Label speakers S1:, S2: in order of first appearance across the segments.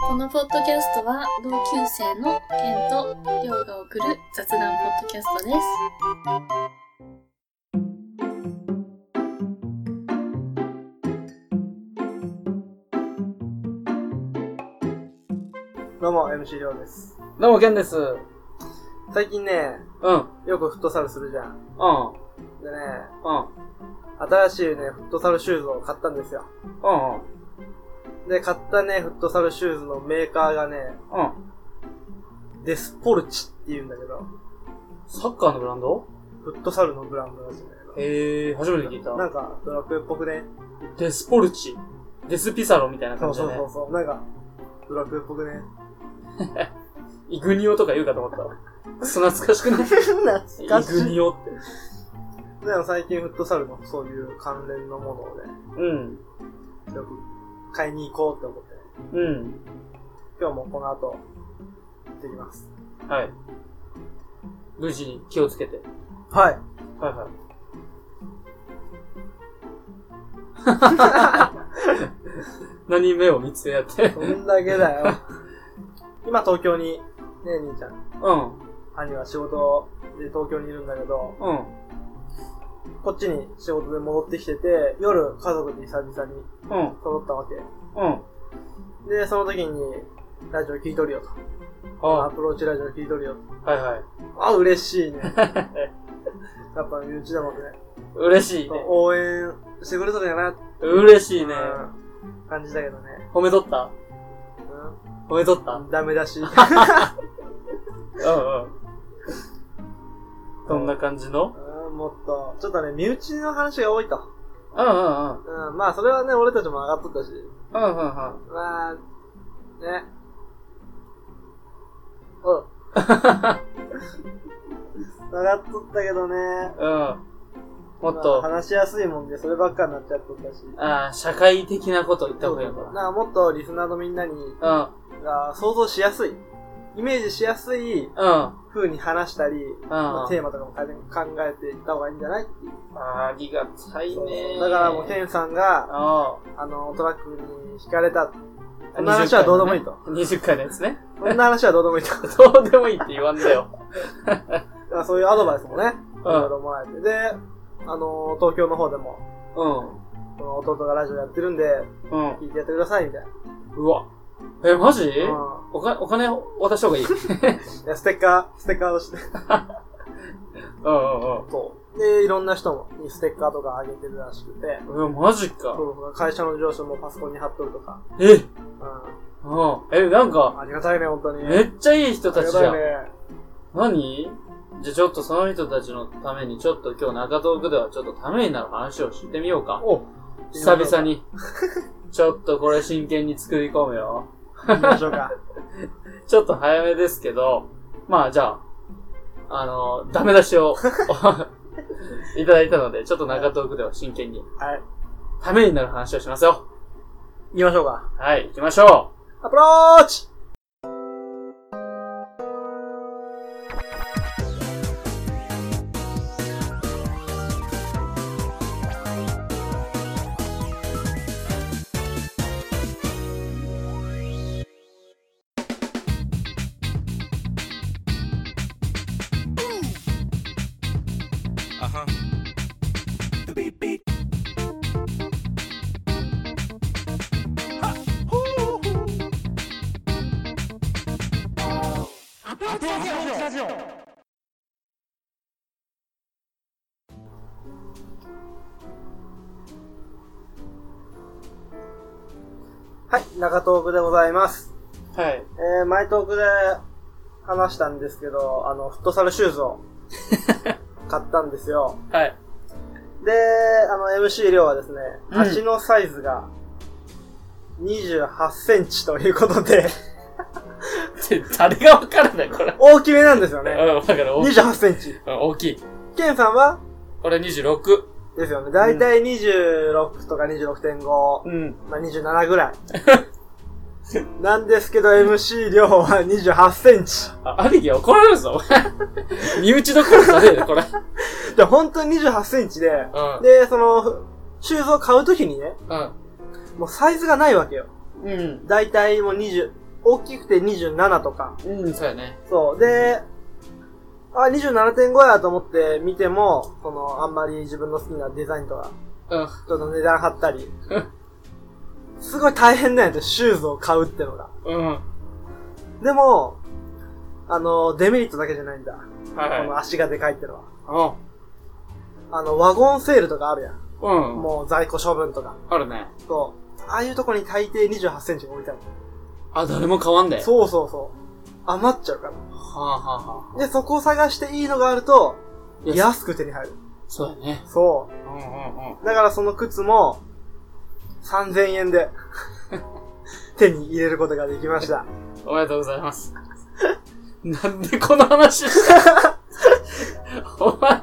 S1: このポッドキャストは同級生のケンとりょうが送る雑談ポッドキャストです。
S2: どうも、MC りょうです。
S3: どうも、ケンです。うん。
S2: 最近ね、
S3: うん。うん。
S2: よくフットサルするじゃん。
S3: うん。
S2: でね、
S3: うん。
S2: 新しいね、フットサルシューズを買ったんですよ。
S3: うん。
S2: で、買ったね、フットサルシューズのメーカーがね、
S3: うん。
S2: デスポルチって言うんだけど、
S3: サッカーのブランド
S2: フットサルのブランドらしいんだけ
S3: へえ、初めて聞い
S2: ど。な
S3: た。
S2: んか、ドラクエっぽくね。
S3: デスポルチ。デスピサロみたいな
S2: そ
S3: 感
S2: う
S3: じだ
S2: そう
S3: ね
S2: そ。うそう。なんか、ドラクエっぽ くね。
S3: イグニオとか言うかと思ったわ。くそ懐かしくない
S2: 懐か
S3: イグ
S2: しい。
S3: ニオって。
S2: でも最近フットサルのそういう関連のものをね、
S3: うん。
S2: よく買いに行こうって思って、ね、
S3: うん。
S2: 今日もこの後、行ってきます。
S3: はい。無事に気をつけて。
S2: はい。
S3: はいはい。 何目を見つめ合って。
S2: そんだけだよ。今東京に、ねえ、兄ちゃん。
S3: うん。
S2: 兄は仕事で東京にいるんだけど、
S3: うん。
S2: こっちに仕事で戻ってきてて、夜家族で久々に
S3: うん。
S2: 揃ったわけ。
S3: うん。
S2: で、その時に、ラジオ聞いとるよと。
S3: あ
S2: ア
S3: は
S2: プローチラジオ聞いとるよ
S3: いはい。
S2: と。あ、嬉しい ね。やっぱ、うちでもね、
S3: 嬉しいね。
S2: 応援してくれとるんやなって
S3: 嬉しいね。
S2: うん感じだけどね。
S3: 褒めとった褒めとった
S2: うん、ダメ だし。
S3: うんうん。どんな感じの
S2: うんもっと、ちょっとね、身内の話が多いと。
S3: うんうんうん。
S2: うん、まあ、それはね、俺たちも上がっとったし。
S3: うんうんうん。
S2: まあ、ね。うん。 上がっとったけどね。
S3: うん。もっ
S2: まあ
S3: と、
S2: 話しやすいもんで、そればっかになっちゃっとったし。
S3: ああ、社会的なこと言った方がいいの
S2: なんかもっとリスナーのみんなに、
S3: か
S2: が想像しやすい。イメージしやすい
S3: な。うん。うん。
S2: 風に話したり、まあ
S3: あ
S2: テーマとかも考えていった方がいいんじゃないっていう。
S3: ありがたい
S2: そう
S3: ね。
S2: だからもう、ケンさんが、
S3: あ
S2: あの、トラックに惹かれた。
S3: あ。
S2: こんな話はどうでもいいと。
S3: 20回のやつね。
S2: こんな話はどうでもいいと。
S3: どうでもいいって言わんだよ。
S2: ま あそういうアドバイスもね、いうろい
S3: ん。
S2: ろもらえて。で、あのー東京の方でも、
S3: う
S2: この弟がラジオやってるんで、
S3: ん。うん。
S2: 聞いてやってください、みたいな。
S3: うわ。え、マジ
S2: う
S3: お金、お金渡した方がいい。うん
S2: んいやステッカー、ステッカーをして。
S3: うん
S2: そう。で、いろんな人にステッカーとかあげてるらしくて、
S3: うん。うわ、マジか。
S2: そう会社の上司もパソコンに貼っとるとか。
S3: え、うん。
S2: う
S3: え、なんか
S2: ん。、ありがたいね、本当に。
S3: めっちゃいい人
S2: あ
S3: た
S2: りが
S3: ちじ
S2: た
S3: ゃ
S2: い
S3: ん
S2: ね。。
S3: 何じゃあちょっとその人たちのために、ちょっと今日中東区ではちょっとためになる話をしてみようか。
S2: お
S3: 久々。 に。ちょっとこれ真剣に作り込むよ。
S2: 行きましょうか。
S3: ちょっと早めですけど、まあじゃあ、あの、ダメ出し をいただいたので、ちょっと中東区では真剣に、
S2: はい。
S3: ためになる話をしますよ。
S2: 行きましょうか。
S3: はい、行きましょ
S2: アプローチはい、中トークでございます。
S3: う。はい。
S2: えー、前トークで話したんですけど、あの、フットサルシューズ を買ったんですよ。
S3: はい。
S2: で、あの、MC 量はですね、
S3: うん
S2: 足のサイズが28センチということで、
S3: って誰がわかるんだよ、これ。
S2: 大きめなんですよね。
S3: うん、わかる。大きい。
S2: 28センチ。
S3: うん大きい。
S2: ケンさんは
S3: 俺26。
S2: ですよね。だいたい26とか26.5、
S3: うん。
S2: まあ、27ぐ らい。なんですけど、MC 量は28センチ。
S3: あ、兄貴怒られるぞ、 お前身内どころじゃねえよ、これ。
S2: で、本当に28センチで、
S3: うん。
S2: で、その、シューズを買うときにね、
S3: うん。
S2: もうサイズがないわけよ。
S3: うん。
S2: だいたいもう20、大きくて27とか。
S3: うん、そうやね。
S2: そう。で、あ、27.5やと思って見ても、その、あんまり自分の好きなデザインとか、
S3: うん。
S2: ちょっと値段張った り。すごい大変なんやって、シューズを買うってのが。
S3: うん。は
S2: でも、あの、デメリットだけじゃないんだ。
S3: い
S2: こ
S3: は
S2: の足がでかいってのは。
S3: い。
S2: あの、ワゴンセールとかあるやん。
S3: うん。うん。
S2: もう在庫処分とか。
S3: あるね。
S2: そう。ああいうとこに大抵28センチが置いてある。
S3: あ、誰も買わんで。
S2: そうそうそう。余っちゃうか
S3: はあはあはあ。
S2: ら。で、そこを探していいのがあると、
S3: いや
S2: 安く手に入る。
S3: そうやね。
S2: そ
S3: うんうんうん。
S2: う。だからその靴も、3000円 で、手に入れることができました。
S3: おめでとうございます。 なんでこの話した お前、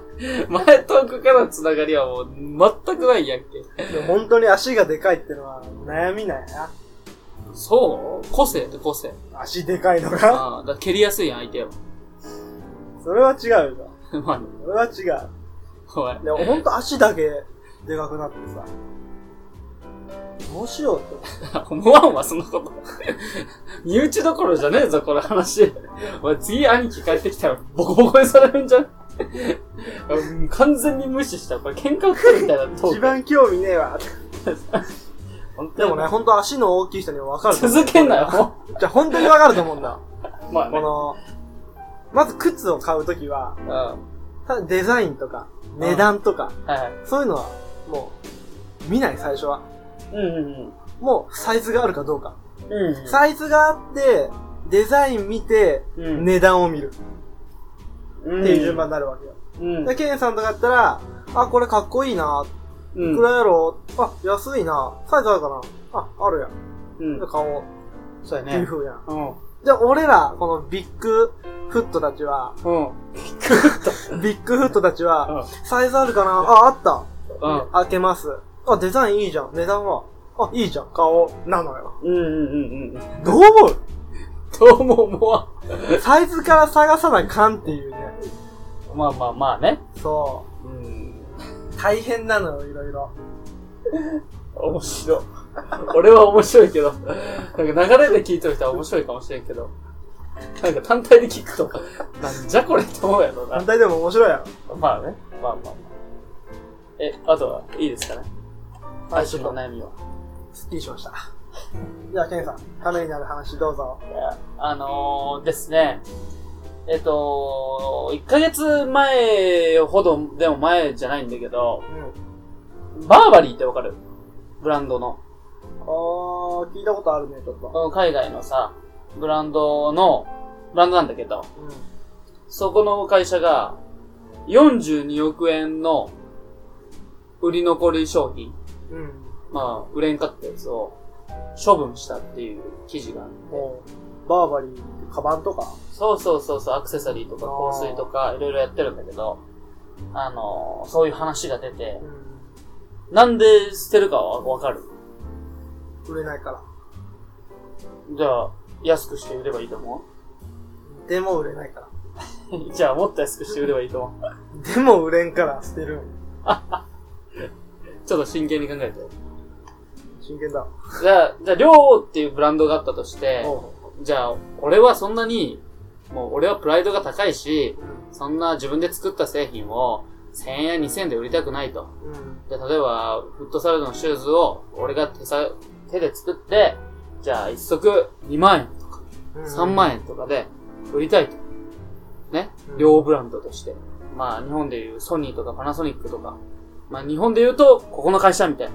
S3: 前トークからのつながりはもう全くないやんけ。
S2: でも本当に足がでかいってのは悩みなんや
S3: そう個性って個性。
S2: な。足でかいのが。
S3: ああ、だから蹴りやすいやん、相手を。
S2: それは違うよ。
S3: まあね、
S2: それは違う。
S3: お前。
S2: でもほんと足だけでかくなってさ。どうしようって。
S3: 思わんわ、そのこと。身内どころじゃねえぞ、この話。お前、次兄貴帰ってきたらボコボコにされるんじゃんうん完全に無視した。これ喧嘩売ってるみたいなトーク。
S2: 一番興味ねえわ。
S3: 本当
S2: で
S3: に
S2: もね、ほんと足の大きい人には分かる と思う。
S3: 続けんなよ。
S2: じゃあ本当に分かると思うんだ。
S3: まあ
S2: こ
S3: ね。
S2: の、まず靴を買うときは、
S3: うん。は
S2: ただデザインとか、値段とか、
S3: いはい。
S2: そういうのは、もう、見ない最初は。
S3: うんうん
S2: もう、サイズがあるかどうか。
S3: うん。うん。
S2: サイズがあって、デザイン見て、
S3: うん
S2: 値段を見る
S3: う
S2: っ
S3: ん
S2: ていう順番になるわけよ。
S3: うん。
S2: で、ケンさんとかだったら、あ、これかっこいいな、
S3: うん
S2: いくらやろ、あ、安いな、サイズあるかな、あ、あるやん。
S3: うん
S2: じゃあ。買おう
S3: そうや
S2: っていう
S3: ね。
S2: 風やん。
S3: うん。
S2: じゃあ俺ら、このビッグフットたちは、
S3: うん。
S2: ビッグフットたちは、
S3: うん
S2: サイズあるかなあ、あった。
S3: うん。
S2: 開けます。あ、デザインいいじゃん。値段は。あ、いいじゃん。顔。なのよ。
S3: うんうんうんうん。
S2: どう思 う
S3: どうも思わん。
S2: サイズから探さなかんっていうね。
S3: まあまあまあね。
S2: そ
S3: うん。
S2: う。大変なのよ、いろいろ。
S3: 面白い。俺は面白いけど、なんか流れで聞いてる人は面白いかもしれんけど、なんか単体で聞くと、なんじゃこれって思うやろな
S2: 反。対でも面白いや
S3: まあね。まあまあまあ。え、あとは、いいですかね
S2: ろ。
S3: 最初の悩みは。
S2: ょっとすっきりしました。じゃあ、ケンさん、ためになる話どうぞ。
S3: いやあのー、ですね。えっと、1ヶ月前ほどでも前じゃないんだけど、
S2: うん。
S3: バーバリーってわかるブランドの。
S2: あー、聞いたことあるね、ちょっと。
S3: 海外のさ、ブランドの、ブランドなんだけど、
S2: うん。
S3: そこの会社が、42億円の売り残り商品、
S2: うん。
S3: まあ、売れんかったやつを処分したっていう記事があって、
S2: もう、バーバリー、カバンとか。
S3: そうそうそうそう、アクセサリーとか香水とかいろいろやってるんだけど、あのー、そういう話が出て
S2: う、ん。
S3: なんで捨てるかはわかる
S2: 売れないから。
S3: じゃあ、安くして売ればいいと思
S2: でも売れないから。
S3: う じゃあ、もっと安くして売ればいいと思う
S2: でも売れんから捨てる。
S3: ちょっと真剣に考えて。
S2: 真剣だ。
S3: じゃあ、じゃあ、りょうっていうブランドがあったとして、
S2: おう
S3: じゃあ、俺はそんなに、もう俺はプライドが高いし、そんな自分で作った製品を1000円や2000円で売りたくないと。
S2: うん。
S3: じゃあ、例えば、フットサルのシューズを俺が手さ、手で作って、じゃあ、一足2万円とか
S2: うん。
S3: 3万円とかで売りたいと。ね
S2: う。ん
S3: 両ブランドとして。まあ、日本でいうソニーとかパナソニックとか、まあ、日本で言うと、ここの会社みたいな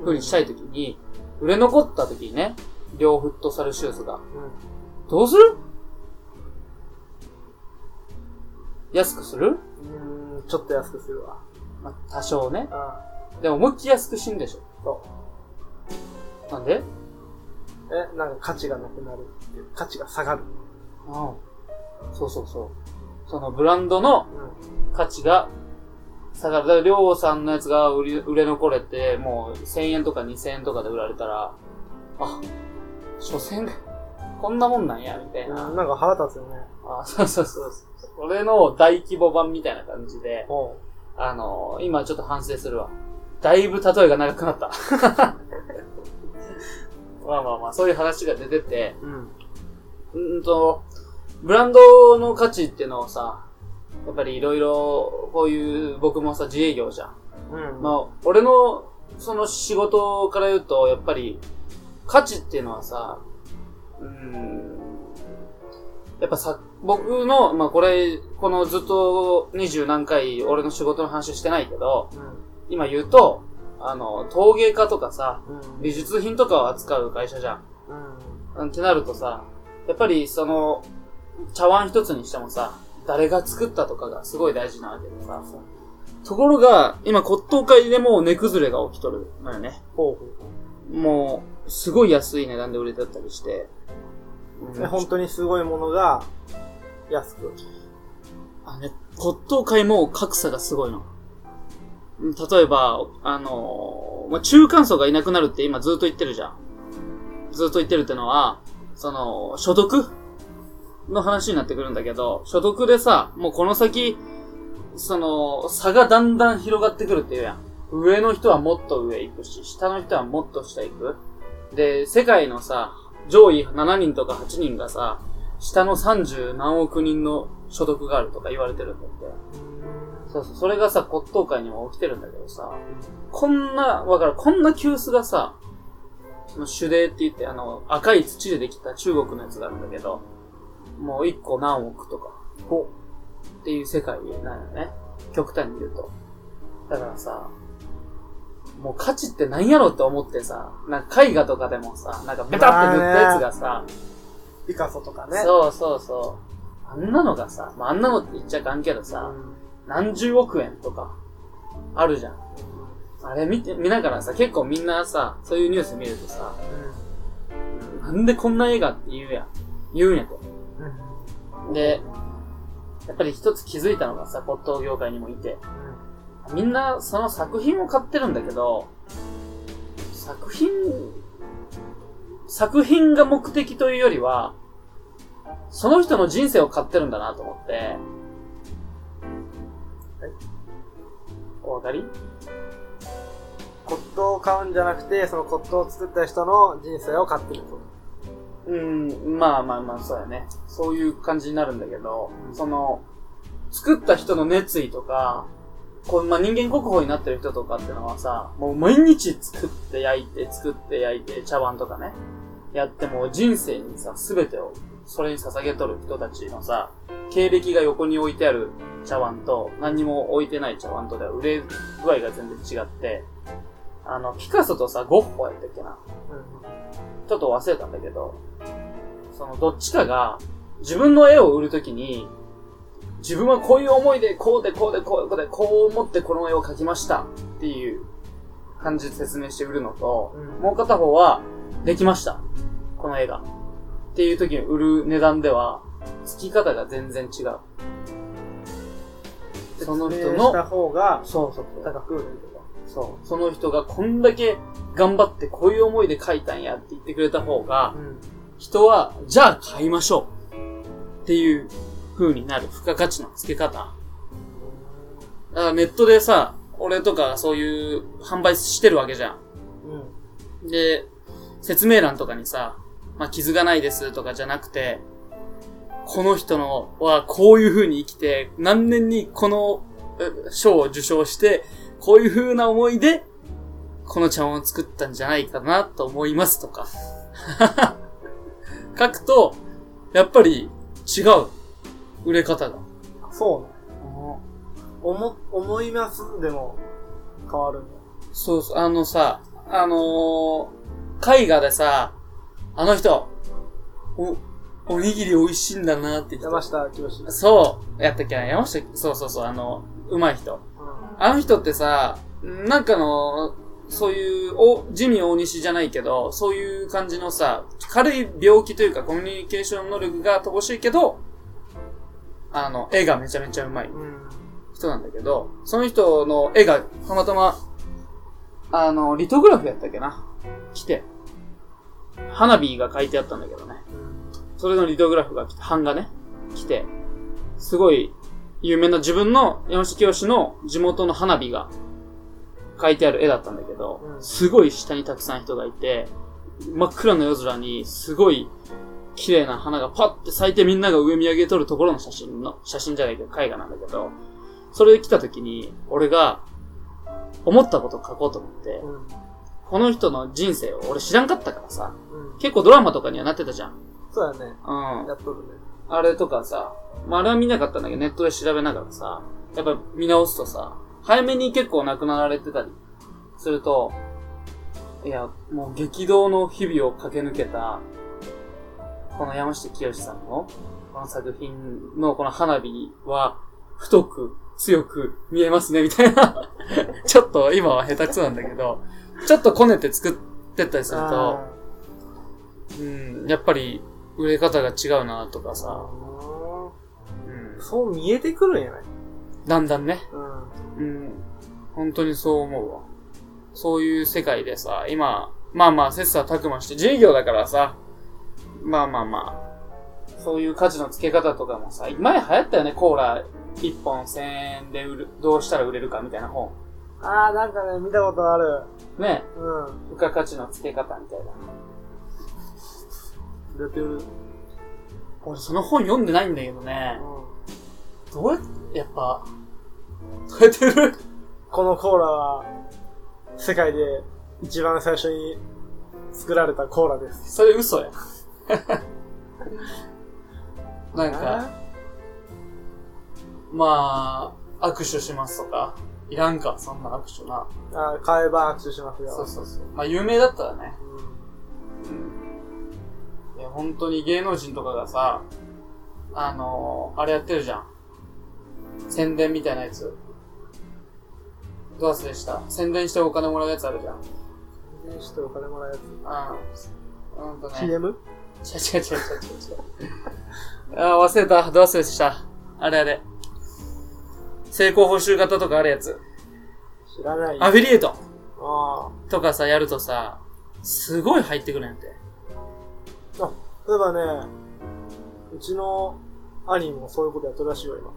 S3: 風にしたいときに、売れ残ったときにね、両フットサルシューズが、
S2: う
S3: どうする安くする
S2: ん。うん、ちょっと安くするわ。
S3: まあ、多少ね。
S2: あ
S3: でも思いっきり安くしんでしょ。
S2: そ
S3: なんで
S2: え、なんか価値がなくなるっていう。価値が下がる。
S3: うん。そうそうそう。そのブランドの
S2: う
S3: 価値が下がる。だから、りょうさんのやつが売り売れ残れて、もう1000円とか2000円とかで売られたら、あ、所詮、こんなもんなんや、みたい
S2: ん。
S3: な。
S2: なんか腹立つよね。
S3: あそうそうそうそう。これの大規模版みたいな感じで、
S2: おう。
S3: あのー、今ちょっと反省するわ。だいぶ例えが長くなった。まあまあまあ、そういう話が出てて、
S2: うん。
S3: うーんと、ブランドの価値っていうのをさ、やっぱりいろいろ、こういう、僕もさ、自営業じゃん。
S2: うん。
S3: まあ、俺の、その仕事から言うと、やっぱり、価値っていうのはさ、うーん、やっぱさ、僕の、まあこれ、このずっと二十何回俺の仕事の話してないけど、
S2: うん。
S3: 今言うと、あの、陶芸家とかさ、
S2: うん。
S3: 美術品とかを扱う会社じゃん。うんってなるとさ、やっぱりその、茶碗一つにしてもさ、誰が作ったとかがすごい大事なわけでさ。ところが、今骨董会でもう値崩れが起きとるのよね。
S2: ほ
S3: もう、すごい安い値段で売れてたりして。
S2: うほう。本当にすごいものが、安く。
S3: あね、骨董界も格差がすごいの。うん例えば、あのーまあ、中間層がいなくなるって今ずっと言ってるじゃん。ずっと言ってるってのは、その、所得の話になってくるんだけど、所得でさ、もうこの先、その、差がだんだん広がってくるっていうやん。上の人はもっと上行くし、下の人はもっと下行く。で、世界のさ、上位7人とか8人がさ、下の30何億人の所得があるとか言われてるんだって。そうそう、それがさ、骨董界にも起きてるんだけどさ、こんな、わかる、こんな急須がさ、その手泥って言って、あの、赤い土でできた中国のやつがあるんだけど、もう1個何億とか、
S2: ほ
S3: っていう世界なんよね。極端に言うと。だからさ、もう価値って何やろって思ってさ、なんか絵画とかでもさ、なんかベタって塗ったやつがさ、
S2: う。ピカソとかね。う。
S3: そうそうそう。あんなのがさ、まあ、あんなのって言っちゃいかんけどさ、何十億円とか、あるじゃん。あれ見て、見ながらさ、結構みんなさ、そういうニュース見るとさ、なんでこんな映画って言うやん。言うんやと。
S2: うん。うん。
S3: で、やっぱり一つ気づいたのがさ、骨董業界にもいて、
S2: う
S3: みんなその作品を買ってるんだけど、作品、作品が目的というよりは、その人の人生を買ってるんだなと思って。お分かり
S2: ん骨董を買うんじゃなくて、その骨董を作った人の人生を買ってると。
S3: うん、まあまあまあ、そうやね。そういう感じになるんだけど、その、作った人の熱意とか、こう、まあ、人間国宝になってる人とかってのはさ、もう毎日作って焼いて、作って焼いて、茶碗とかね、やってもう人生にさ、すべてを、それに捧げとる人たちのさ、経歴が横に置いてある茶碗と、何にも置いてない茶碗とでは売れ具合が全然違って、あの、ピカソとさ、ゴッホやったっけな。ちょっと忘れたんだけど、そのどっちかが自分の絵を売るときに、自分はこういう思いで、こうでこうでこうでこう思ってこの絵を描きましたっていう感じで説明して売るのと、
S2: うん
S3: もう片方はできました。この絵が。っていう時に売る値段では、付き方が全然違う。その人
S2: 説明した
S3: の、
S2: 方が
S3: そうそうそう。
S2: 高く売れるとか。
S3: そう。その人がこんだけ頑張ってこういう思いで描いたんやって言ってくれた方が
S2: う、ん。
S3: 人は、じゃあ買いましょうっていう風になる付加価値の付け方。だからネットでさ、俺とかそういう販売してるわけじゃ
S2: うん。
S3: ん。で、説明欄とかにさ、まあ、傷がないですとかじゃなくて、この人のはこういう風に生きて、何年にこのえ賞を受賞して、こういう風な思いで、この茶碗を作ったんじゃないかなと思いますとか。 書くと、やっぱり違う。売れ方が。
S2: そうね。思、思いますでも変わるね。
S3: そうそう、あのさ、あのー、絵画でさ、あの人、お、おにぎり美味しいんだなって人。
S2: 山下清志。
S3: そう、やったっけな、山下、そうそうそう、あの、うまい人。
S2: う
S3: あの人ってさ、なんかの、そういう、お、ジミー大西じゃないけど、そういう感じのさ、軽い病気というかコミュニケーション能力が乏しいけど、あの、絵がめちゃめちゃうまい
S2: ん。うん。
S3: 人なんだけど、その人の絵がたまたま、あの、リトグラフやったっけな来て、花火が書いてあったんだけどね。それのリトグラフが来て、版がね、来て、すごい有名な自分の山下清の地元の花火が書いてある絵だったんだけど、
S2: うん
S3: すごい下にたくさん人がいて、真っ暗な夜空に、すごい、綺麗な花がパッて咲いてみんなが上見上げとるところの写真の、写真じゃないけど、絵画なんだけど、それで来た時に、俺が、思ったことを書こうと思って
S2: う、ん。
S3: この人の人生を俺知らんかったからさ、
S2: うん。
S3: 結構ドラマとかにはなってたじゃん。
S2: そうだね。
S3: うん
S2: や。っとるね。
S3: あれとかさ、まあ、あれは見なかったんだけど、ネットで調べながらさ、やっぱ見直すとさ、早めに結構亡くなられてたりすると、いや、もう激動の日々を駆け抜けた、この山下清さんの、この作品のこの花火は、太く、強く見えますね、みたいな。 ちょっと今は下手くそなんだけど、ちょっとこねて作ってったりすると、
S2: あ
S3: うん、やっぱり売れ方が違うなとか
S2: ー
S3: さ、
S2: う
S3: うん
S2: ーん、そう見えてくるんやない
S3: だんだんね。
S2: うん。
S3: うん。本当にそう思うわ。そういう世界でさ、今、まあまあ、切磋琢磨して、自営業だからさ、まあまあまあ、そういう価値の付け方とかもさ、前流行ったよね、コーラ1本1000円で売る、どうしたら売れるかみたいな本。
S2: ああ、なんかね、見たことある。
S3: ね、
S2: う
S3: 付加価値の付け方みたいな。
S2: ん。出てる。
S3: 俺その本読んでないんだけどね、
S2: こ
S3: どうやって、やっぱ、 どうやって売る
S2: のコーラは、世界で一番最初に作られたコーラです。
S3: それ嘘や。 なんか、まあ、握手しますとか、いらんか、そんな握手な。
S2: あー買えば握手しますよ。
S3: そうそうそう。まあ、有名だったらね。
S2: うん
S3: いや、本当に芸能人とかがさ、あのー、あれやってるじゃん。宣伝みたいなやつ。どう忘れした宣伝してお金もらうやつあるじゃん。
S2: 宣伝してお金もらうやつ。
S3: うん。ほんとね。違う違う違う
S2: CM?
S3: 違う違う。あー、忘れた。どう忘れした。あれあれ。成功報酬型とかあるやつ。
S2: 知らないよ。
S3: アフィリエイト
S2: ああ。
S3: とかさ、やるとさ、すごい入ってくるんやって。
S2: 例えばね、うちの兄もそういうことやってるらしいよ、今。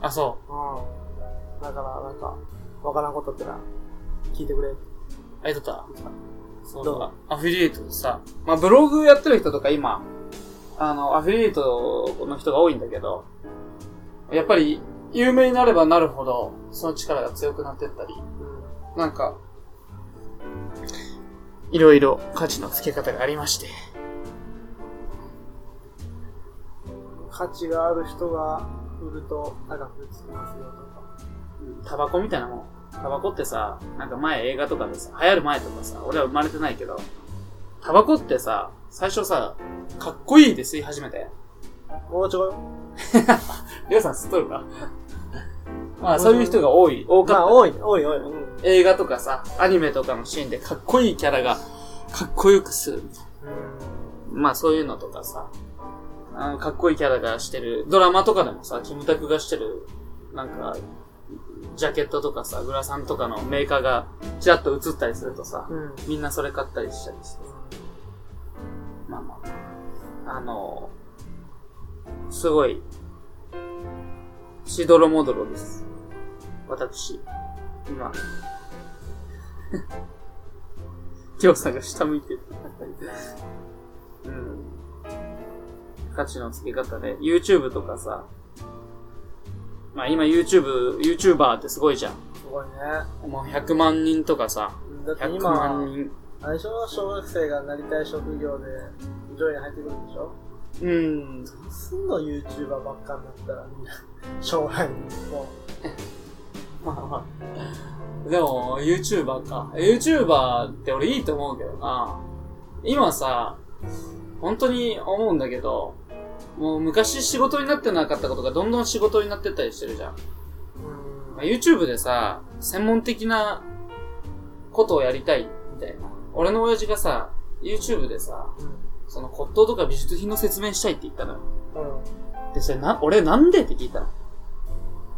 S3: あ、そ
S2: うん。だから、なんか、わからんことあったら、聞いてくれ。
S3: う。ありとった。そう
S2: どう
S3: アフィリエイトさ、まあ、ブログやってる人とか今、あの、アフィリエイトの人が多いんだけど、やっぱり、有名になればなるほど、その力が強くなってったり、
S2: う
S3: なんか、いろいろ価値の付け方がありまして。
S2: ん。価値がある人が売ると高くつきますよ、とか。
S3: タバコみたいなもん。タバコってさ、なんか前映画とかでさ、流行る前とかさ、俺は生まれてないけど、タバコってさ、最初さ、かっこいいで吸い始めたよ。
S2: もうちょい。
S3: りょうさん吸っとるか まあそういう人が多い、多かっ
S2: ま
S3: た。
S2: あ、多い、多い、多い。うん。
S3: 映画とかさ、アニメとかのシーンでかっこいいキャラが、かっこよくするみたいな。まあそういうのとかさ、あのかっこいいキャラがしてる、ドラマとかでもさ、キムタクがしてる、なんか、ジャケットとかさ、グラサンとかのメーカーがちらっと映ったりするとさ、
S2: うん。うん。
S3: みんなそれ買ったりしたりして。まあまあ。あのすごい、しどろもどろです。私、今。 きょうさんが下向いてる。うん。価値の付け方で、YouTube とかさ、まあ今 YouTube、YouTuber ってすごいじゃん。
S2: すごいね。
S3: もう100万人とかさ、
S2: だって
S3: 100万
S2: 今、
S3: 人。
S2: 最初は小学生がなりたい職業で、上位に入ってくるんでしょ
S3: うん。
S2: すんの YouTuber ばっかになったら、みんな、 将来にも
S3: まあまあ。でも、YouTuber か。YouTuber って俺いいと思うけどな。今さ、本当に思うんだけど、もう昔仕事になってなかったことがどんどん仕事になってったりしてるじゃん。
S2: う、うん
S3: まあ YouTube でさ、専門的なことをやりたいみたいな。俺の親父がさ、YouTube でさ、その骨董とか美術品の説明したいって言ったのよ。
S2: うん。
S3: で、それな、俺なんでって聞いたの。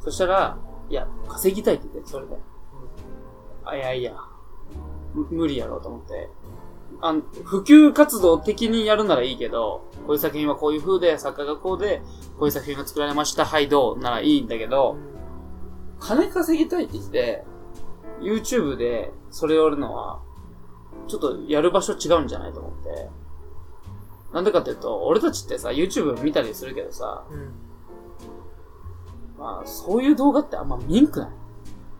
S3: そしたら、いや、稼ぎたいって言って、それで。あ、いやいや、む無理やろうと思って。あの、普及活動的にやるならいいけど、こういう作品はこういう風で、作家がこうで、こういう作品が作られました、はい、どうならいいんだけど、金稼ぎたいって言って、YouTube でそれをやるのは、ちょっとやる場所違うんじゃないと思って。なんでかっていうと、俺たちってさ、YouTube 見たりするけどさ、
S2: うん。
S3: まあ、そういう動画ってあんま見んくない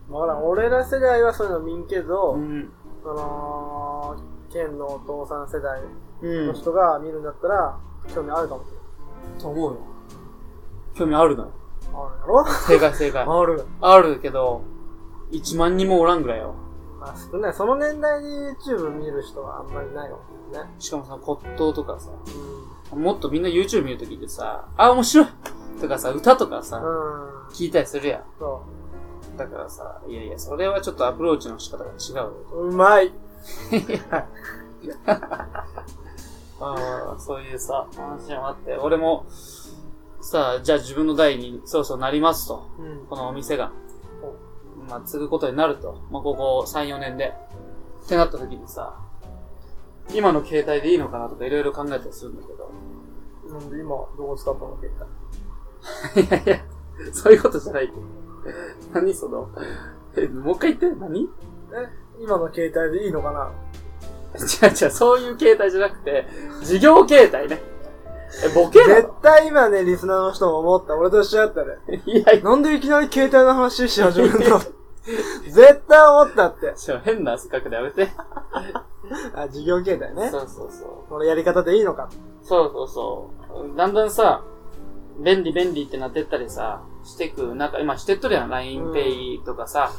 S2: わからん。俺ら世代はそういうの見んけど、
S3: ん。
S2: その、県のお父さん世代
S3: う
S2: の
S3: ん。
S2: 人が見るんだったら、興味あるかも。
S3: と思うよ。興味あるのよ。
S2: あるやろ
S3: 正解正解。
S2: ある。
S3: あるけど、1万人もおらんぐらいよ。
S2: まあ、少ない。その年代で YouTube 見る人はあんまりないかもしれないね。
S3: しかもさ、骨董とかさ、もっとみんな YouTube 見るときってさ、あ、面白いとかさ、歌とか
S2: う
S3: さ、
S2: ん。うん。
S3: 聞いたりするやん。
S2: そ
S3: だからさ、いやいや、それはちょっとアプローチの仕方が違うよ。
S2: う。うまい。
S3: ああ、そういうさ、話もあって、俺も、さあ、じゃあ自分の代にそろそろなりますと。
S2: うん。
S3: このお店が、まあ、継ぐことになると。まあ、ここ3、4年で。ってなった時にさ、今の携帯でいいのかなとかいろいろ考えたりするんだけど。
S2: なんで今、どこ使ったのって言った
S3: いやいや、そういうことじゃない。 何その、え、もう一回言って、何違う
S2: え、今の携帯でいいのかな
S3: 違う、そういう携帯じゃなくて、事業携帯ね。え、ボケな
S2: 絶
S3: の
S2: 対今ね、リスナーの人も思った。俺と一緒だったね。
S3: いやいや、
S2: なんでいきなり携帯の話し始めるの 絶対思ったって。
S3: ちょ変な汗かくのやめて。
S2: あ、事業形態ね。
S3: そうそうそう。
S2: このやり方でいいのか。
S3: そうそうそう。だんだんさ、便利便利ってなってったりさ、してく、なんか今してっとるやん、LINEPay とかさ、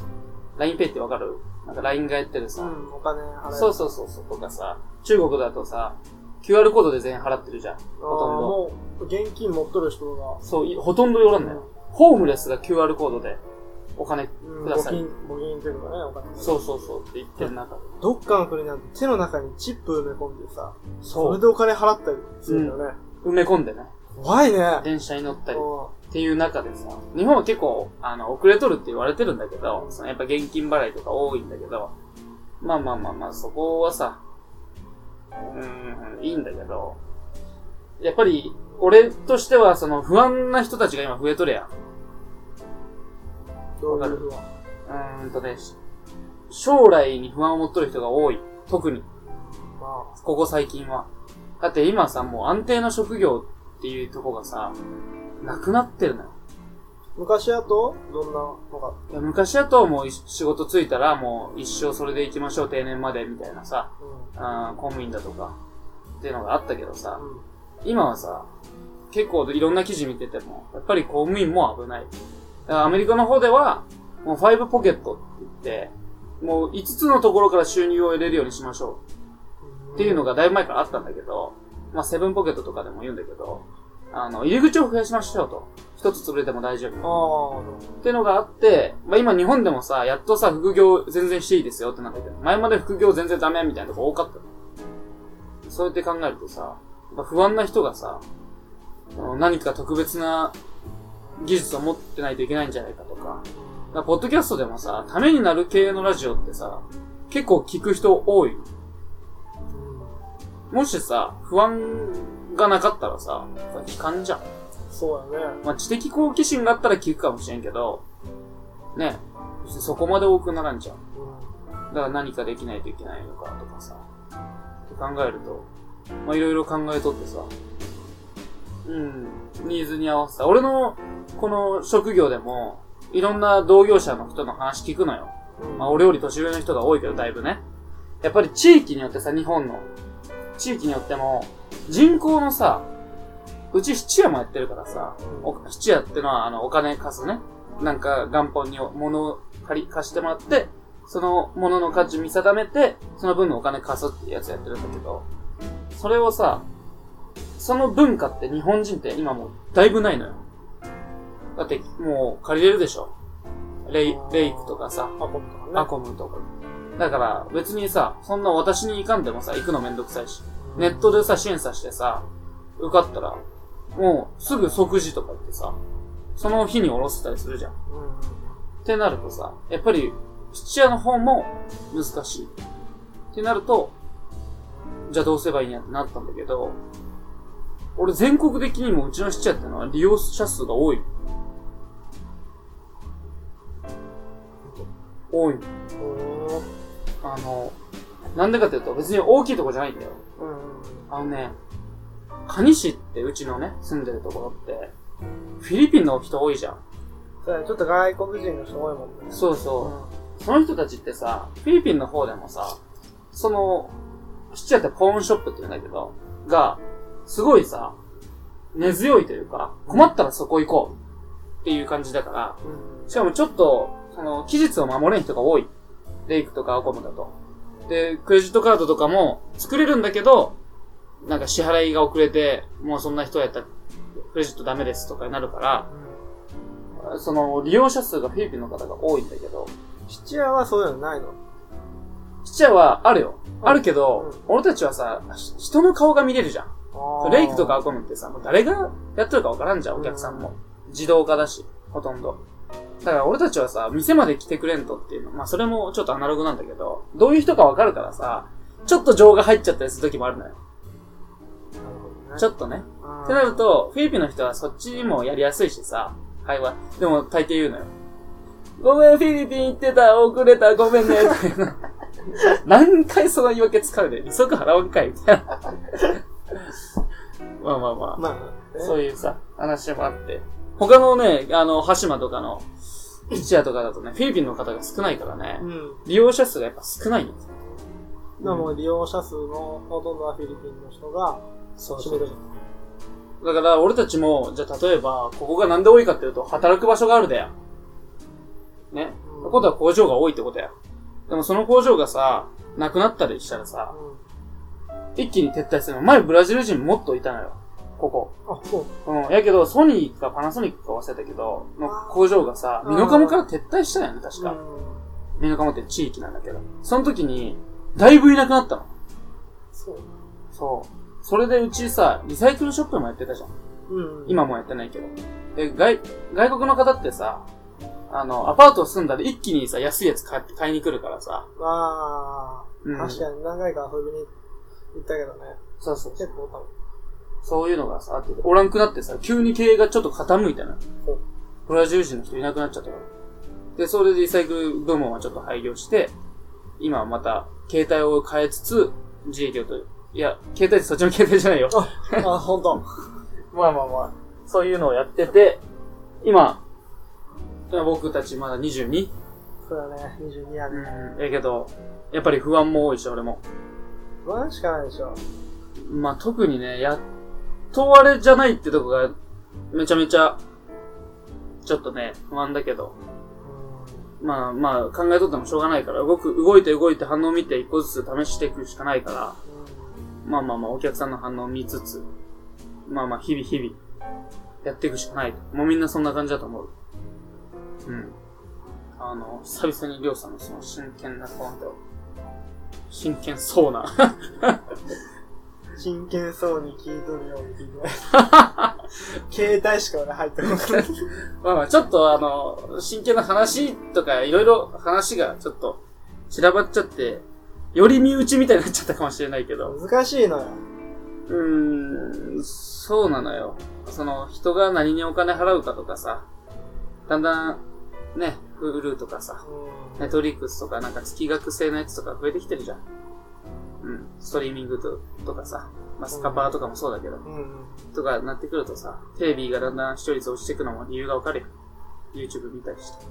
S3: LINEPay ってわかるなんか LINE がやってる
S2: う
S3: さ、
S2: ん、お金払える。
S3: そうそうそうそうとかさ、中国だとさ、QR コードで全員払ってるじゃん。
S2: あー
S3: ほとんど。
S2: もう、現金持っとる人が。
S3: そう、いほとんどおらんのよ。ホームレスが QR コードでお金
S2: うん、
S3: くだ
S2: 募
S3: さい。
S2: 金、募金というかね、お金。
S3: そうそうそうって言ってる中で。
S2: どっかの国なんて手の中にチップ埋め込んでさ、
S3: そ
S2: それ
S3: う。
S2: でお金払ったりするんだよね。
S3: 埋め込んでね、
S2: 怖いね。うん
S3: 電車に乗ったりっていう中でさ、日本は結構、あの、遅れとるって言われてるんだけど、そのやっぱ現金払いとか多いんだけど、まあまあまあまあ、そこはさ、うーん、いいんだけど、やっぱり、俺としては、その、不安な人たちが今増えとるやん。
S2: どうなる
S3: うーんとね、し将来に不安を持っとる人が多い。特に、
S2: ま
S3: ここ最近は。だって今さ、もう安定の職業っていうとこがさ、なくなってるのよ。
S2: あ、昔だと、どんなのか。
S3: いや昔だともうい仕事ついたらもう一生それで行きましょう定年までみたいなさ、
S2: うん。
S3: あー公務員だとかっていうのがあったけどさ、
S2: うん
S3: 今はさ、結構いろんな記事見てても、やっぱり公務員も危ない。だからアメリカの方では、もう5ポケットって言って、もう5つのところから収入を得れるようにしましょうっていうのがだいぶ前からあったんだけど、まあセブンポケットとかでも言うんだけど、あの、入り口を増やしましょうと。一つ潰れても大丈夫。
S2: ああ、
S3: ってのがあって、まあ今日本でもさ、やっとさ、副業全然していいですよってなったけど、前まで副業全然ダメみたいなとこ多かったの。そうやって考えるとさ、やっぱ不安な人がさ、あの何か特別な技術を持ってないといけないんじゃないかとか、だからポッドキャストでもさ、ためになる系のラジオってさ、結構聞く人多い。
S2: うん。
S3: もしさ、不安がなかったらさ、やっぱ聞かんじゃん。
S2: そうだね。
S3: まあ、知的好奇心があったら聞くかもしれんけど、ね、別にそこまで多くならんじゃん。
S2: うん。
S3: だから何かできないといけないのかとかさ、って考えると、まあ、いろいろ考えとってさ、うん、ニーズに合わせた。俺の、この職業でも、いろんな同業者の人の話聞くのよ。まあ、俺より年上の人が多いけど、だいぶね。やっぱり地域によってさ、日本の、地域によっても、人口のさ、うち質屋もやってるからさ、お質屋ってのは、あの、お金貸すね。なんか、元本に物を借り、貸してもらって、その物の価値見定めて、その分のお金貸すっていうやつやってるんだけど、それをさ、その文化って日本人って今もうだいぶないのよ。だって、もう借りれるでしょ。レイ、レイクとかさ、
S2: アコムとかね。
S3: アコムとか。だから、別にさ、そんな私に行かんでもさ、行くのめんどくさいし。ネットでさ、審査してさ、受かったら、もうすぐ即時とか言ってさ、その日に下ろせたりするじゃん。っ
S2: うん。
S3: てなるとさ、やっぱり、質屋の方も難しい。ってなると、じゃあどうすればいいんやってなったんだけど、俺全国的にもうちの質屋ってのは利用者数が多い。多い。
S2: おー
S3: あの、なんでかというと、別に大きいとこじゃないんだよ。
S2: うん。
S3: あのね、蟹市ってうちのね、住んでるところって、フィリピンの人多いじゃん。
S2: そうやちょっと外国人の人多いもんね。
S3: そうそう。その人たちってさ、フィリピンの方でもさ、その、質屋ってポーンショップって言うんだけど、が、すごいさ、根強いというか、困ったらそこ行こうっていう感じだから、
S2: うん。
S3: しかもちょっと、その、期日を守れん人が多い。レイクとかアコムだと。で、クレジットカードとかも作れるんだけど、なんか支払いが遅れて、もうそんな人やったら、クレジットダメですとかになるか
S2: うん
S3: ら、その、利用者数がフィリピンの方が多いんだけど、
S2: 質屋はそういうのないの。
S3: 質屋はあるよ。あるけど、
S2: うん
S3: 俺たちはさ、ひ人の顔が見れるじゃん。
S2: あー
S3: レイクとかアコムってさ、もう誰がやってるかわからんじゃん、お客さんも。自動化だし、ほとんど。だから俺たちはさ、店まで来てくれんとっていうの。まあそれもちょっとアナログなんだけど、どういう人かわかるからさ、ちょっと情が入っちゃったりする時もあるのよ。
S2: なるほどね
S3: ちょっとね。
S2: うん
S3: ってなると、フィリピンの人はそっちにもやりやすいしさ、会話。でも大抵言うのよ。ごめん、フィリピン行ってた、遅れた、ごめ んね、みたいな。何回その言い訳使うで、利息払わんかい、みたいな。まあまあまあ。
S2: まあ、ね、
S3: そういうさ、話もあって。他のね、あの、羽島とかの、一夜とかだとね、フィリピンの方が少ないからね、
S2: うん。
S3: 利用者数がやっぱ少ないんですよ。
S2: でも利用者数のほとんどはフィリピンの人が
S3: そう
S2: 占めてる。
S3: だから、俺たちも、じゃあ例えば、ここがなんで多いかっていうと、働く場所があるだよ。ね。
S2: うん
S3: 今度は工場が多いってことや。でもその工場がさ、なくなったりしたらさ、一気に撤退するの。前ブラジル人もっといたのよ。ここ。
S2: うんあ、そう。
S3: うん。やけど、ソニーかパナソニックか忘れたけど、の工場がさ、
S2: あー
S3: ミノカモから撤退したよね、確か。
S2: うん
S3: 美濃加茂って地域なんだけど、その時に、だいぶいなくなったの。
S2: そう。
S3: そう。それでうちさ、リサイクルショップもやってたじゃん。
S2: うん。
S3: 今もやってないけど。で、外、外国の方ってさ、あの、アパート住んだら一気にさ、安いやつ買って買いに来るからさ。
S2: あ
S3: う
S2: あ、
S3: ん。
S2: 確かに何回か遊びに行ったけどね。
S3: そうそう。
S2: 結構多分。
S3: そういうのがさ、あって、おらんくなってさ、急に経営がちょっと傾いたのよ
S2: ほ。
S3: ブラジル人の人いなくなっちゃったから。で、それでリサイクル部門はちょっと廃業して、今はまた、携帯を変えつつ、自営業と、いや、携帯ってそっちの携帯じゃないよ。
S2: あ、ほんと。
S3: まあまあまあ、そういうのをやってて、今、僕たちまだ 22?
S2: そうだね。22やね。
S3: うん。やけど、やっぱり不安も多いし、俺も。
S2: 不安しかないでしょ。
S3: まあ特にね、雇われじゃないってとこが、めちゃめちゃ、ちょっとね、不安だけど。
S2: う
S3: まあまあ、考えとってもしょうがないから、動く、動いて動いて反応見て一個ずつ試していくしかないから、
S2: ん。
S3: まあまあまあ、お客さんの反応を見つつ、まあまあ、日々日々、やっていくしかないと。もうみんなそんな感じだと思う。うん。あの、久々にりょうさんのその真剣なコメント。真剣そうな。
S2: うん真剣そうに聞いとるよ、みたいな。携帯しか俺入ってこない。
S3: まあまあ、ちょっとあの、真剣な話とか、いろいろ話がちょっと散らばっちゃって、より身内みたいになっちゃったかもしれないけど。
S2: 難しいのよ。
S3: うーん、そうなのよ。その、人が何にお金払うかとかさ、だんだん、ね、Hulu とかさ、
S2: うん
S3: ネットリックスとかなんか月額制のやつとか増えてきてるじゃん。うん、ストリーミングととかさ、まあ、スカパーとかもそうだけど、
S2: うん。
S3: とかなってくるとさ、テレビがだんだん視聴率落ちてくのも理由がわかるよ。YouTube 見たりして。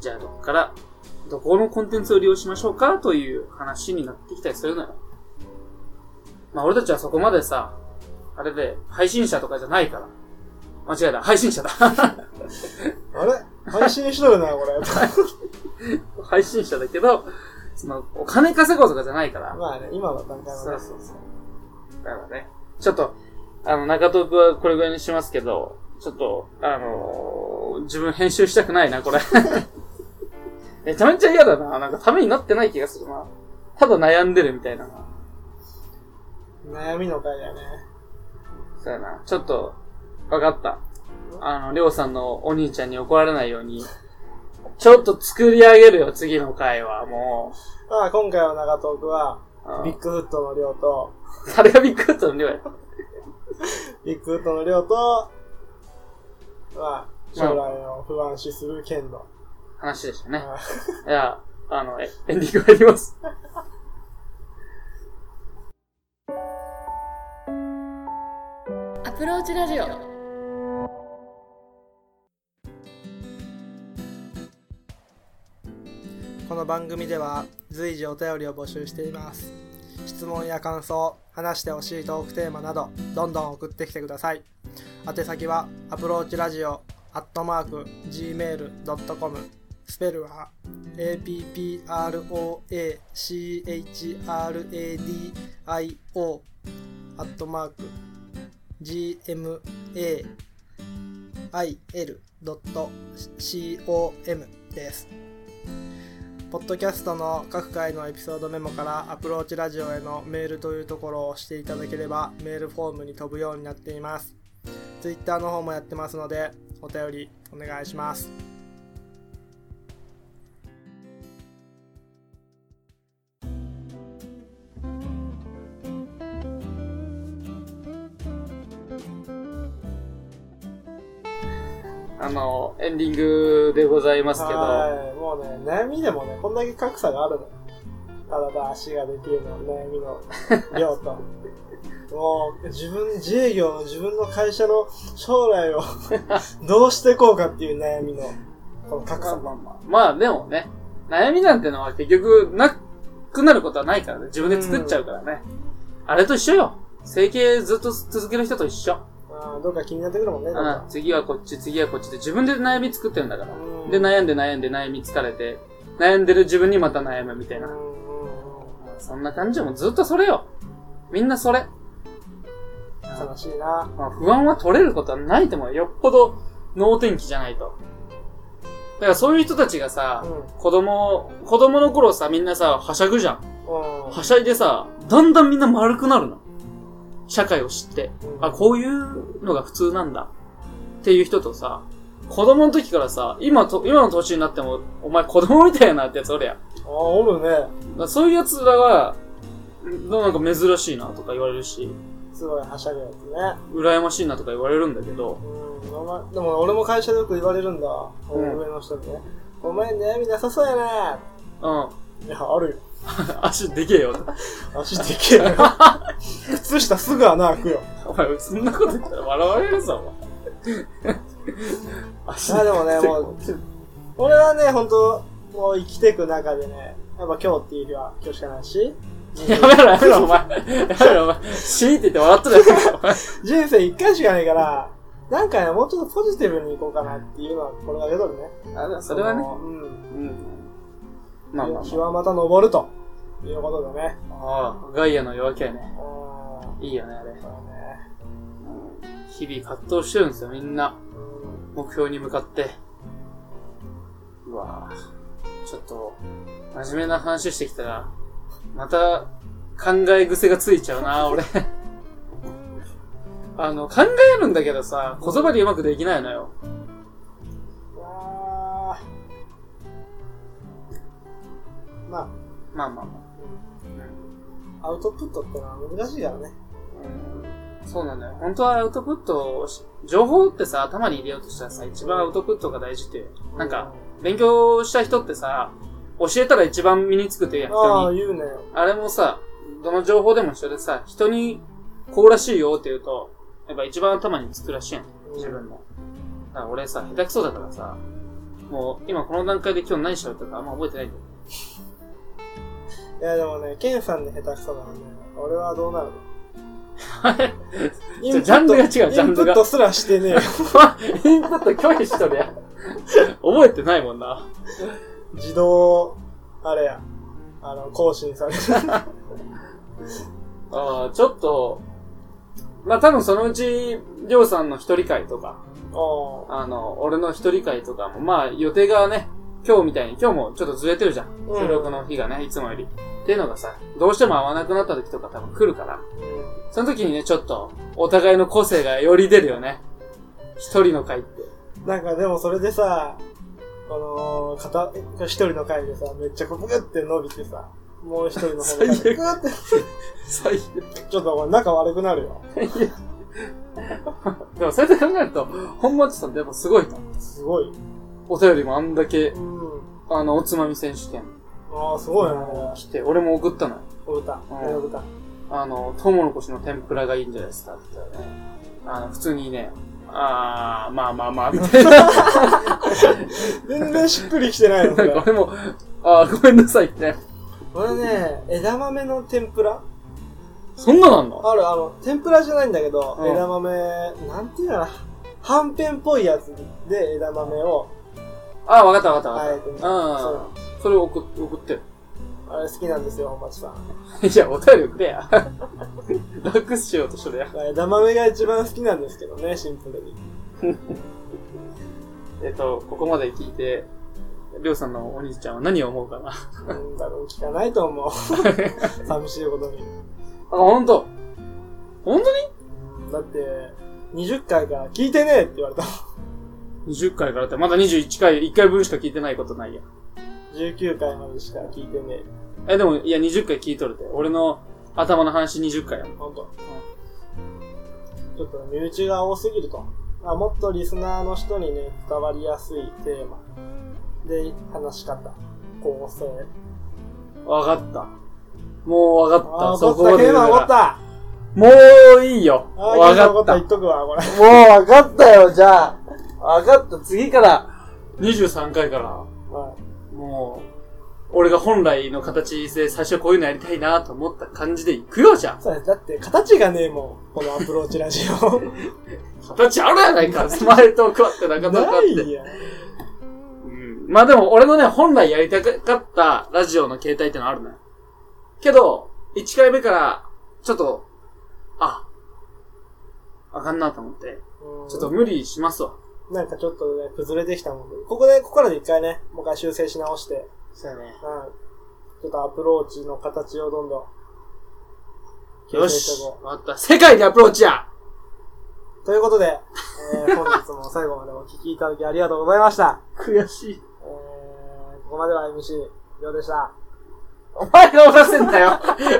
S3: じゃあどっから、どこのコンテンツを利用しましょうかという話になってきたりするのよ。まあ俺たちはそこまでさ、あれで、配信者とかじゃないから。間違えた、配信者だ。
S2: あれ配信しとるな、これ。
S3: 配信者だけど、その、お金稼ごうとかじゃないから。
S2: まあね、今の段階
S3: そ
S2: は
S3: う
S2: ね。
S3: そうそう。だからね、ちょっと、あの、中トークはこれぐらいにしますけど、ちょっと、あのー自分編集したくないな、これ。 めちゃめちゃ嫌だな。なんかためになってない気がするな。ただ悩んでるみたいなな。
S2: 悩みの回だね。
S3: そうやな。ちょっと、わかった。あの、りょうさんのお兄ちゃんに怒られないように、ちょっと作り上げるよ、次の回は、も
S2: まあ、今回の長トークは、
S3: うう
S2: ビッ
S3: ん。
S2: グフットの量と、
S3: 誰がビッグフットのりょうや。
S2: ビッグフットの量と、まあ、将来を不安視する剣の。
S3: 話でしたね。
S2: あ
S3: じゃあ、あの、えエンディング入ります。
S1: プローチラジオ。
S2: この番組では随時お便りを募集しています質問や感想話してほしいトークテーマなどどんどん送ってきてください宛先はアプローチラジオアットマーク Gmail.com スペルは APPROACHRADIO アットマーク GMAIL.com ですポッドキャストの各回のエピソードメモからアプローチラジオへのメールというところを押していただければメールフォームに飛ぶようになっています。ツイッターの方もやってますのでお便りお願いします。
S3: あの、エンディングでございますけど、
S2: はい。もうね、悩みでもね、こんだけ格差があるのよ。ただだ足ができるの、悩みの量 と。もう、自分、自営業の自分の会社の将来を どうしていこうかっていう悩みの、この格差。
S3: まあまあでもね、悩みなんてのは結局なくなることはないからね。自分で作っちゃうからね。あれと一緒よ。整形ずっと続ける人と一緒。
S2: うん、どっか気になってくるもんね、どっ
S3: うん
S2: か。
S3: 次はこっち、次はこっちで自分で悩み作ってるんだから。
S2: うん
S3: で、悩んで悩んで悩み疲れて、悩んでる自分にまた悩むみたいな。
S2: 悲
S3: そんな感じよ。もうずっとそれよ。みんなそれ。
S2: しいな。
S3: まあ、不安は取れることはないと思うよ。よっぽど脳天気じゃないと。だからそういう人たちがさ、
S2: うん。
S3: 子供、子供の頃さ、みんなさ、はしゃぐじゃん。
S2: うん。
S3: はしゃいでさ、だんだんみんな丸くなるの。社会を知って。あ、こういうのが普通なんだ。っていう人とさ、子供の時からさ、今と、今の年になっても、お前子供みたいやなってやつおるやん。
S2: あ、おるね。
S3: だからそういう奴らが、んなんか珍しいなとか言われるし、
S2: すごいはしゃぐやつね。
S3: 羨ましいなとか言われるんだけど、
S2: うん。お前でも俺も会社でよく言われるんだ。
S3: ん
S2: 上の人にね。お前悩みなさそうやな。
S3: うん、
S2: いや、あるよ。
S3: 足でけえよ。
S2: 足でけえ よ。靴下すぐ穴開くよ。
S3: お前、そんなこと言ったら笑われるぞ、お前。足
S2: あでもねもう俺はね、ほんと、もう生きてく中でね、やっぱ今日っていう日は今日しかないし、
S3: やめろ、やめろ、お前。やめろ、お前。シーって言って笑っとるやつだお前
S2: 人生一回しかないから、なんかね、もうちょっとポジティブにいこうかなっていうのは、これが出とるね。
S3: それはね。
S2: のうん。
S3: うん。まあまあ
S2: 日
S3: ま
S2: はまた昇るということでね。
S3: あ。ああ、ガイアの夜明けやね。
S2: あー
S3: いいよね、あれ。
S2: そうね
S3: 日々葛藤してるんですよ、みんな。
S2: うん
S3: 目標に向かって。うわぁ。ちょっと、真面目な話してきたら、また、考え癖がついちゃうな、 俺。あの、考えるんだけどさ、言葉でうまくできないのよ。
S2: あーま
S3: まあまあま
S2: あ、アウトプットってのは難しいからね。
S3: あ。そうなんだよ。本当はアウトプットをし、情報ってさ、頭に入れようとしたらさ、一番アウトプットが大事っていう。なんか、勉強した人ってさ、教えたら一番身につくっていうや
S2: うん、
S3: ん、人に
S2: ああ、。言うね。
S3: あれもさ、どの情報でも一緒でさ、人にこうらしいよって言うと、やっぱ一番頭につくらしいやん。自分も。だから俺さ、下手くそだからさ、もう今この段階で今日何しようとかあんま覚えてないんだよ。
S2: いや、でもね、ケンさんで下手くそだからね、俺はどう なるのイ
S3: ジャンルが違うジャンルが
S2: インプットすらしてねえよ。
S3: インプット拒否しとるやん。覚えてないもんな。
S2: 自動、あれや、あの、更新され る。
S3: ああ、ちょっと、まあ、多分そのうち、りょうさんの一人会とか、
S2: おー
S3: あの、俺の一人会とかも、まあ、予定がね、今日みたいに、今日もちょっとずれてるじゃん。
S2: うん
S3: 収録の日がね、いつもより。っていうのがさ、どうしても合わなくなった時とか多分来るから、その時にね、ちょっと、お互いの個性がより出るよね。一人の会って。
S2: なんかでもそれでさ、この、片、一人の会でさ、めっちゃこうグッて伸びてさ、もう一人の方が
S3: 最悪
S2: グーって、
S3: 最
S2: ちょっとお前仲悪くなるよ。
S3: でも、そうやって考えると、本町さんでもすごいと。
S2: すごい。
S3: お便りもあんだけ
S2: う、ん。
S3: あの、おつまみ選手権
S2: ああ、すごいね。
S3: 来て、俺も送ったのよ。
S2: お歌、
S3: ん
S2: 俺の歌。
S3: あの、トウモロコシの天ぷらがいいんじゃないですかって言ったらね。あの普通にね、あー、まあまあま あ、みたいな。
S2: 全然しっくりきてないのこ
S3: なん
S2: れ
S3: か俺も、あー、ごめんなさいって。
S2: 俺ね枝豆の天ぷら
S3: そんななんだ
S2: あるあの天ぷらじゃないんだけど、
S3: うん
S2: 枝豆なんていうかなはんぺんっぽいやつで枝豆を
S3: あー、わかったわかったわ
S2: あ
S3: か
S2: え
S3: って
S2: ね
S3: た。うん。それを送っ送って よ。
S2: そうあれ好きなんですよ本町さん
S3: いや、お便りくれや。楽しようとしとるや。
S2: まあ枝豆が一番好きなんですけどねシンプルに
S3: えっと、ここまで聞いて、りょうさんのお兄ちゃんは何を思うかな。あ、
S2: なんだろう聞かないと 思う寂しいことに
S3: ほんと。ほんと
S2: だって20回から聞いてねえって言われた
S3: に ?20 回からって、まだ21回、1回分しか聞いてないことないや。
S2: 19回までしか聞いてね
S3: え、でも、いや、20回聞いとるって。俺の頭の話20回やもん
S2: え。ほんとちょっと身内が多すぎるとあもっとリスナーの人にね伝わりやすいテーマで話し方構成
S3: わかった。もうわかった。
S2: あ
S3: そ
S2: 怒
S3: こ
S2: った
S3: まで
S2: テー
S3: だ
S2: マ
S3: か
S2: 怒っ
S3: ら。
S2: た
S3: もういいよ。
S2: あー
S3: わ
S2: 怒
S3: か
S2: っ
S3: ったた
S2: 言。っとくわこれ
S4: もう分かったよ、じゃあ。分かった、次から。
S3: 23回から、
S2: は
S3: もう、俺が本来の形で最初はこういうのやりたいなと思った感じで行くよ、じゃ
S2: いそうですだって形がねえもんこのアプローチラジオ
S3: あ。形あるやないか。スマイルトークはってなかなかあ
S2: な
S3: って。
S2: いや
S3: うんまあでも俺のね、本来やりたかったラジオの形態ってのあるのよ。けど、1回目から、ちょっと、あ、あかんなと思って、
S2: うん
S3: ちょっと無理しますわ。
S2: なんかちょっとね、崩れてきたもんで、ここで、ここからで一回ね、もう一回修正し直して、うん、
S3: そうね。
S2: ちょっとアプローチの形をどんどん、
S3: よ
S2: 形成
S3: し
S2: していこ、
S3: わかった。世界でアプローチや
S2: うということで、えー、本日も最後までお聞きいただきありがとうございました。
S3: 悔しい。
S2: えー、ここまでは MC、りょうでした。
S3: お前が終わらせんだよ。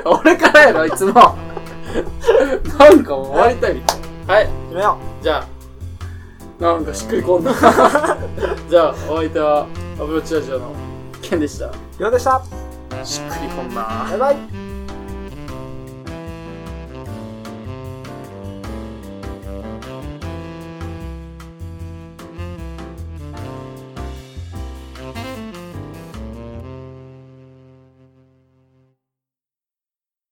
S3: 俺からやろ、いつも。なんかもう終わりたいみたい。はい、
S2: 決めよ
S3: じゃあ、なんかしっくりこんな。 じゃあ、お相手は、アプローチラジオのケンでした。
S2: うりょうでした
S3: しっくりこんな。
S2: バイバイ